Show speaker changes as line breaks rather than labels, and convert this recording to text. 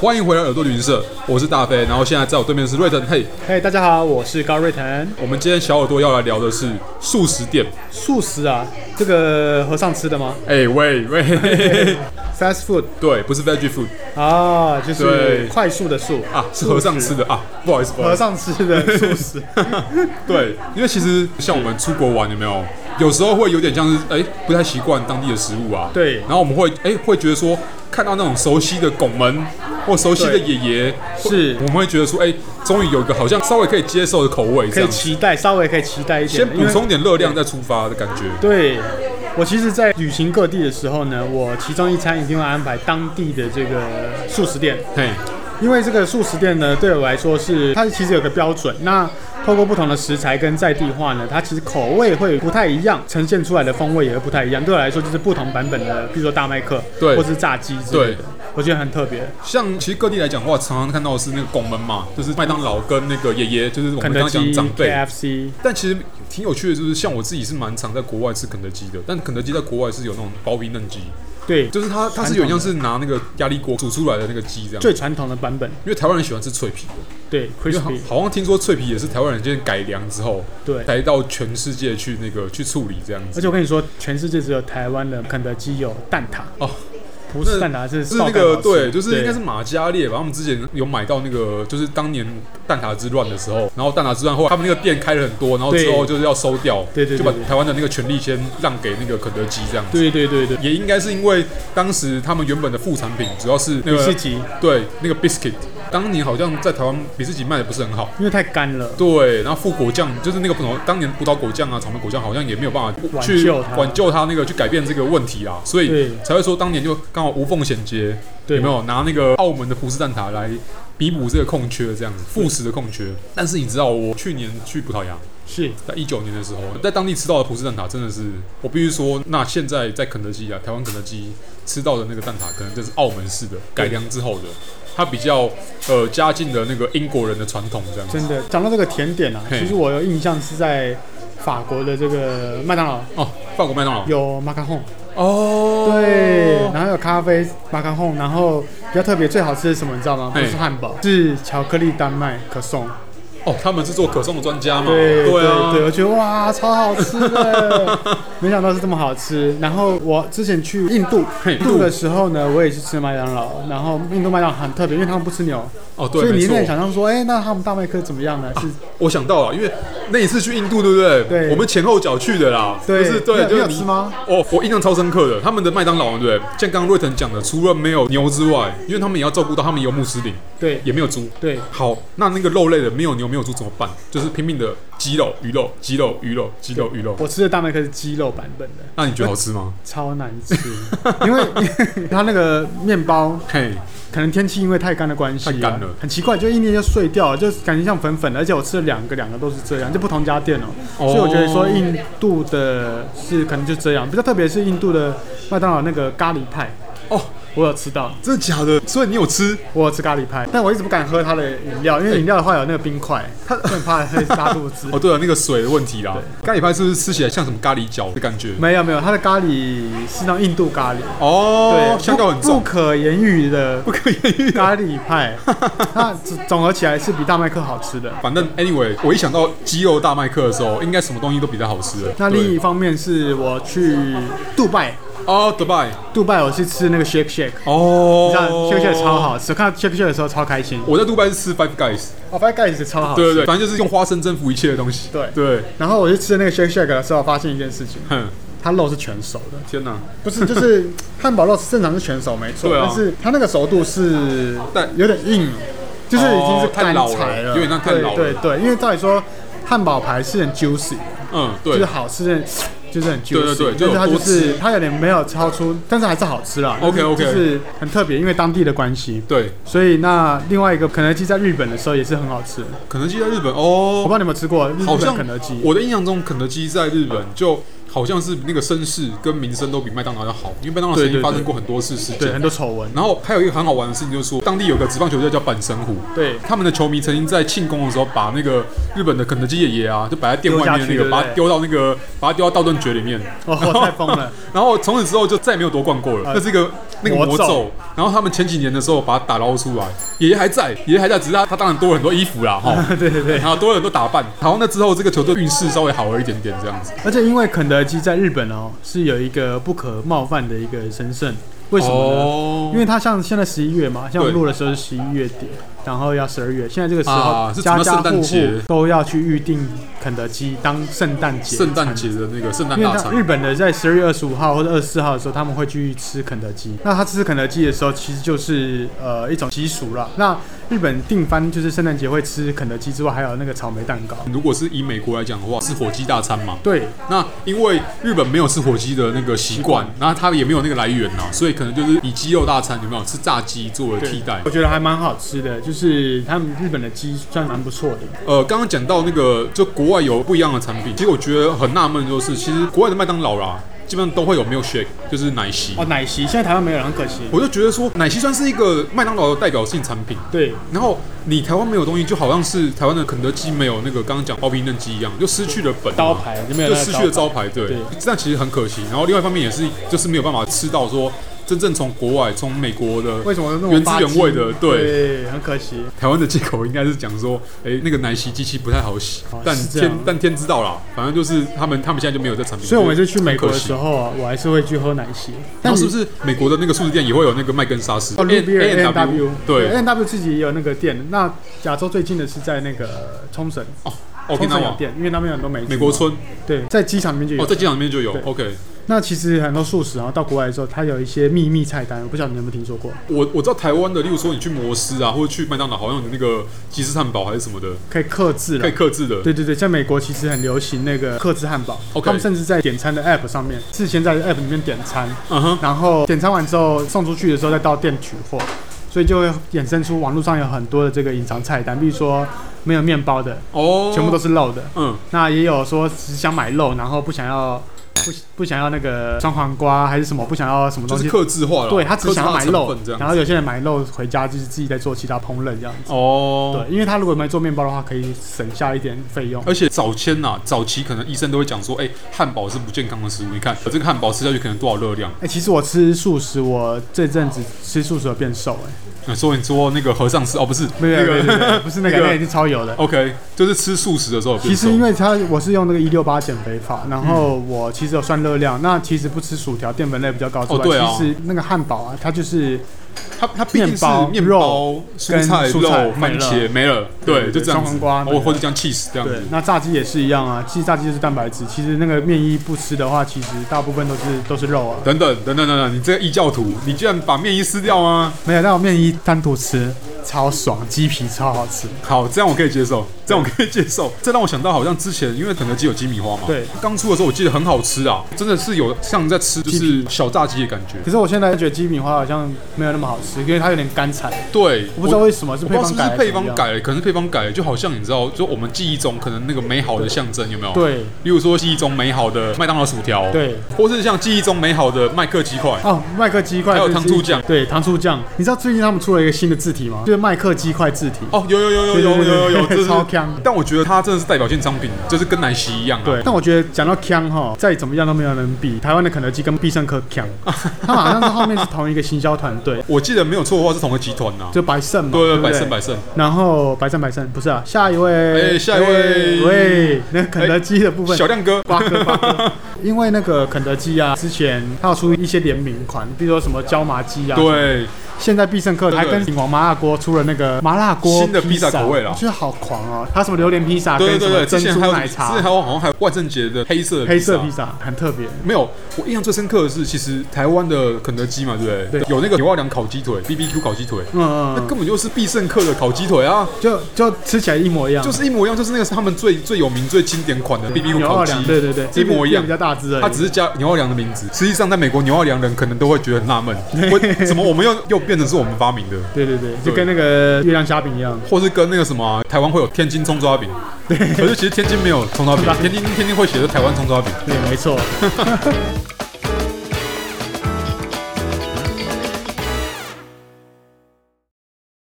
欢迎回来耳朵旅行社，我是大飞，然后现在在我对面的是瑞腾，嘿，
嘿、大家好，我是高瑞腾。
我们今天小耳朵要来聊的是素食店。
素食啊，这个和尚吃的吗
哎、喂喂，
？Fast food
对，不是 veggie food
啊，就
对
是快速的素
啊，是和尚吃的啊，不好意思，不好
和
意思。
尚吃的素 食。
对，因为其实像我们出国玩，有没有？有时候会有点像是哎、不太习惯当地的食物啊。
对
然后我们会哎、会觉得说，看到那种熟悉的拱门或熟悉的
对
爷爷，会
是
我们会觉得说，哎、终于有一个好像稍微可以接受的口味，
可
这
以
样子
期待，稍微可以期待一点。
先补充点热量再出发的感觉。
对，我其实，在旅行各地的时候呢，我其中一餐一定会安排当地的这个素食店，
嘿，
因为这个素食店呢，对我来说是它其实有个标准。那透过不同的食材跟在地化呢，它其实口味会不太一样，呈现出来的风味也会不太一样。对我来说，就是不同版本的，比如说大麦克，
对
或是炸鸡之类
对
的，我觉得很特别。
像其实各地来讲的话，常常看到的是那个拱门嘛，就是麦当劳跟那个爷爷，就是我们
肯
刚
德
刚讲
基、
的长辈。
KFC，
但其实挺有趣的，就是像我自己是蛮常在国外吃肯德基的，但肯德基在国外是有那种薄皮嫩鸡，
对，
就是它它是有点像是拿那个压力锅煮出来的那个鸡这样。
最传统的版本，
因为台湾人喜欢吃脆皮的，
对
因为好
，crispy，
好像听说脆皮也是台湾人今天改良之后，
对。
才到全世界去那个去处理这样
而
子。
且我跟你说，全世界只有台湾的肯德基有蛋挞
哦，
不是蛋挞是
是
爆
那
蛋好
个
吃
对，就是应该是马加列吧，他们之前有买到那个，就是当年蛋挞之乱的时候，然后蛋挞之乱后，他们那个店开了很多，然后之后
对
就是要收掉，
对对对
就把
对
台湾的那个权利先让给那个肯德基这样子。
对对对对，
也应该是因为当时他们原本的副产品主要是那
比
个
士吉，
对那个 biscuit，当年好像在台湾比士吉卖的不是很好。
因为太干了，
对，然后富果酱就是那个葡萄，当年葡萄果酱啊、草莓果酱好像也没有办法
挽
去
救它
挽救它那个去改变这个问题啊，所以
对
才会说当年就刚好无缝衔接，
对
有没有拿那个澳门的葡式蛋挞来弥补这个空缺，这样子副食的空缺？但是你知道，我去年去葡萄牙，
是
在一九年的时候，在当地吃到的葡式蛋挞真的是，我必须说，那现在在肯德基啊，台湾肯德基吃到的那个蛋挞，可能就是澳门式的改良之后的，它比较呃加进了那个英国人的传统这样子。
真的。讲到这个甜点啊，
嘿
其实我有印象是在法国的这个麦当劳
哦，法国麦当劳
有马卡龙，
哦，
对，然后有咖啡马卡龙，然后比较特别最好吃的是什么，你知道吗？不
嘿
是汉堡，是巧克力丹麦可颂。
哦，他们是做可颂的专家嘛？
对
对啊，
对，我觉得哇，超好吃的， 没想到是这么好吃。然后我之前去印度，
嘿
印度的时候呢，我也是吃麦当劳，然后印度麦当劳很特别，因为他们不吃牛，
哦对，
所以你
没
一定
错
在。想象说，哎，那他们大麦克怎么样呢？是
我想到了，因为那一次去印度，对不对？
对
我们前后脚去的啦。
对
就是
你
对，就
有你
是
有吃吗？
哦，我印象超深刻的，他们的麦当劳，对不对？像刚刚瑞腾讲的，除了没有牛之外，因为他们也要照顾到他们有穆斯林，
对
也没有猪。
对，
好，那那个肉类的没有牛没有猪怎么办？就是拼命的鸡肉、鱼肉、鸡肉、鱼肉、鸡肉、鱼肉。
我吃的大麦克是鸡肉版本的，
那你觉得好吃吗？
超难吃， 因为 它那个面包
嘿，
可能天气因为太干的关系啊、
太干了
很奇怪，就一捏就碎掉了，就感觉像粉粉的。而且我吃了两个，两个都是这样，就不同家店哦、
哦
所以我觉得说印度的是可能就这样，比较特别是印度的麦当劳那个咖喱派，
哦，
我有吃到，
真的假的？所以你有吃？
我有吃咖喱派，但我一直不敢喝它的饮料，因为饮料的话有那个冰块，它很怕会拉肚 子
哎哦，。对了，那个水的问题啦，咖喱派是不是吃起来像什么咖喱饺的感觉？
没有没有，它的咖喱是那种印度咖喱，
哦，
对，
香料很
不不
重，
可言喻的
不可以。
咖喱派，那总总合起来是比大麦克好吃的。
反正 anyway，我一想到鸡肉大麦克的时候，应该什么东西都比它好吃了。
那另一
对
方面是我去杜拜，
哦，迪拜
杜拜我是吃那个 shake shake，
哦
你知道 shake shake 超。好哦吃，我看到 shake shake 的时候超开心。
我在杜拜是吃 Five Guys，
我发现盖子超好吃，
对对对，反正就是用花生征服一切的东西。
对
对，
然后我去吃那个 shake shake 的时候，发现一件事情，
哼，
它肉是全熟的，
天哪！
不是就是汉堡肉是正常是全熟没错，
对啊
但是它那个熟度是
但
有点硬，就是已经是
哦太
干
老
柴
了有点像太老了
对对对，因为照理说汉堡排是很 juicy，
嗯，
就
对
是，好吃的，就是很 juicy，
对对对就
但
有
是它就
多
是
汁
它有点没有超出，但是还是好吃啦。
OK，
就是
OK
就是很特别，因为当地的关系。
对，
所以那另外一个肯德基在日本的时候也是很好吃，我
肯德基在日本
不知
哦，
道你有没有吃过日
好
本
像
肯德基，
我的印象中，肯德基在日本就好像是那个声势跟名声都比麦当劳要好，因为麦当劳曾
对对
经
对
发生过很多次事
对，
件。
很多丑闻，
然后还有一个很好玩的事情，就是说当地有个职棒球队叫板神虎，
对，
他们的球迷曾经在庆功的时候，把那个日本的肯德基爷爷啊，就摆在店外面的那
丢下去
个，把它丢到那个，把它丢到道顿崛里面。
哦，太疯了，
然后从此之后就再也没有夺冠过了，
呃
那是一个那个魔
魔咒
咒。然后他们前几年的时候把它打捞出来，爷爷还在，爷爷还在，只是他他当然多了很多衣服啦，哈，
对对对
然。后多了很多打扮。然后那之后这个球队运势稍微好了一点点这样子。
而且因为肯德基在日本哦是有一个不可冒犯的一个神圣，为什么呢？
哦
因为它像现在十一月嘛，像我们
对
录的时候是十一月底，然后要十二月，现在这个时候、
啊是
家
整个
家
圣
户
诞节
户都要去预定肯德基当圣诞节
圣诞
餐
节。的那个圣诞
因为
大
他
餐
日本的在十二月二十五号或者二十四号的时候，他们会去吃肯德基。那他吃肯德基的时候，其实就是呃一种习俗了。那日本定番就是圣诞节会吃肯德基之外，还有那个草莓蛋糕。
如果是以美国来讲的话，是火鸡大餐嘛？
对，
那因为日本没有吃火鸡的那个习惯，然后它也没有那个来源呐、所以可能就是以鸡肉大餐有没有吃炸鸡作为替代
我？觉得还蛮好吃的，就是他们日本的鸡算蛮不错的。
呃，刚刚讲到那个，就国外有不一样的产品，其实我觉得很纳闷，就是其实国外的麦当劳啦，基本上都会有 milkshake，就是奶昔。
哦，奶昔现在台湾没有，很可惜。
我就觉得说，奶昔算是一个麦当劳的代表性产品。
对，
然后你台湾没有东西，就好像是台湾的肯德基没有那个刚刚讲包皮嫩鸡一样，就失去了本嘛
招牌就没有
就
那个
失去了招
招
牌，对
对，
这样其实很可惜。然后另外一方面也是，就是没有办法吃到说真正从国外、从美国的
为什么那么
原汁
巴
原
唧
味的对
对，很可惜。
台湾的借口应该是讲说，哎、那个奶昔机器不太好洗，
哦
但
是这
天
样
但天知道啦，反正就是他们他们现在就没有这产品，
所以我每次
就
去美国的
很可惜
时。候啊，我还是会去喝奶昔。
然后
你
哦是不是美国的那个素食店也会有那个麦根沙士？
哦
A-
，Ruby N W
A&W 对
N W 自己也有那个店。那亚洲最近的是在那个冲绳，
哦
冲绳有
，Okinawa
店，因为那边有很多美剧嘛
美国村
对，在机场里面就有。
哦，在机场里面就有
对。
OK，
那其实很多素食，然后到国外的时候，它有一些秘密菜单，我不晓得你有没有听说过，
我我知道台湾的，例如说你去摩斯啊，或者去麦当劳，好像有那个鸡翅汉堡还是什么的，
可以克制
可
了
以。克制的。
啊对对对，在美国其实很流行那个克制汉堡
OK
他们甚至在点餐的 App 上面，事先在 App 里面点餐，
嗯哼，
然后点餐完之后送出去的时候再到店取货，所以就会衍生出网络上有很多的这个隐藏菜单，比如说没有面包的，
哦，
全部都是肉的，
嗯，
那也有说只想买肉，然后不想要不不想要那个酸黄瓜还是什么，不想要什么
就
东
是
西，
克制化了。
对他只想要买
克制化的成
肉
分这，样
然后有些人买肉回家就是自己在做其他烹饪这样子。
哦，哎
对，因为他如果没做面包的话，可以省下一点费用。
而且早先呐、早期可能医生都会讲说，哎、汉堡是不健康的食物。你看，这个汉堡吃下去可能多少热量？
哎、其实我吃素食，我这阵子吃素食有变瘦、哎，
呃所以你说那个和尚吃哦，不是
没有
那
没有，
个
没有没有不是那个，
那个
那已经超油的。
OK，就是吃素食的时候有嗯变
其
瘦
实因为它我是用那个一六八减肥法，然后我其实有算热量，那其实不吃薯条淀粉类比较高之外，
哦对啊
其实那个汉堡啊，它就是
它它毕竟
面
是
包
面
肉
包、蔬菜、
跟蔬菜
肉、番茄没了，对，
对
就这样子，哦
对双黄瓜
或或者这样 cheese 这样
对
子，。
那炸鸡也是一样啊，其实炸鸡就是蛋白质，其实那个面衣不吃的话，其实大部分都是都是肉啊。
等等等等等等，你这个异教徒，你居然把面衣撕掉吗？
没有，但我面衣单独吃超爽，鸡皮超好吃。
好，这样我可以接受，这样我可以接受。这让我想到，好像之前因为肯德基有鸡米花嘛，
对，
刚出的时候我记得很好吃啊，真的是有像在吃就是小炸鸡的感觉。
可是我现在觉得鸡米花好像没有那么好吃，因为它有点干柴，
对，
我不知道为什么是
我不知
配
道是
方
不是
改，
配方。改了，可能是配方改了，就好像你知道，就我们记忆中可能那个美好的象征有没有？，
对
例如说记忆中美好的麦当劳薯条，，
对，
或是像记忆中美好的麦克鸡块，
哦，麦克鸡块
还有
这是
糖醋酱
对糖醋酱，你知道最近他们出了一个新的字体吗？就是麦克鸡块字体。
哦，有有有有
对
有
对
有
对
有有，
对
这是
超强
但我觉得它真的是代表性商品，就是跟奶昔一样啊。
对，但我觉得讲到强哈，再怎么样都没有人比台湾的肯德基跟必胜客 强，他们好像是后面是同一个行销团队，
我记得没有错的话是同个集团呐。
就百胜嘛，
对
不
百胜百胜，
然后白胜白胜不是啊，下一位，
哎下一位哎
喂，那肯德基的部分，
小亮哥，
八哥八哥，因为那个肯德基啊，之前它有出一些联名款，比如说什么椒麻鸡啊，，
对，
现在必胜客还
对对
跟鼎王麻辣锅出了那个麻辣锅
新的披萨口味啦
我觉得好狂哦，它什么榴莲披萨，
对对
跟什
对
么
对，之
珍
前
珠
还有
奶
之前还
茶，
有好像还有万圣节的黑色的
黑色
披
披
萨。
萨很特别，
没有，我印象最深刻的是，其实台湾的肯德基嘛，对不对？
对
有那个牛二良烤鸡腿，B B Q 烤鸡腿，
嗯嗯
那
嗯，
根本就是必胜客的烤鸡腿啊，
就就吃起来一模一样，
就是一模一样，就是那个是他们最最有名、最经典款的 B B Q
牛
烤
二
鸡
两，，对对对，
一模一样
比较大只而已，
它只是加牛二良的名字。实际上，在美国牛二良人可能都会觉得很纳闷，我怎么我们用用变成是我们发明的，
对对对，就跟那个月亮虾饼一样，
或是跟那个什么啊、台湾会有天津葱抓饼，可是其实天津没有葱抓饼，天津天津会写的台湾葱抓饼。
对，没错。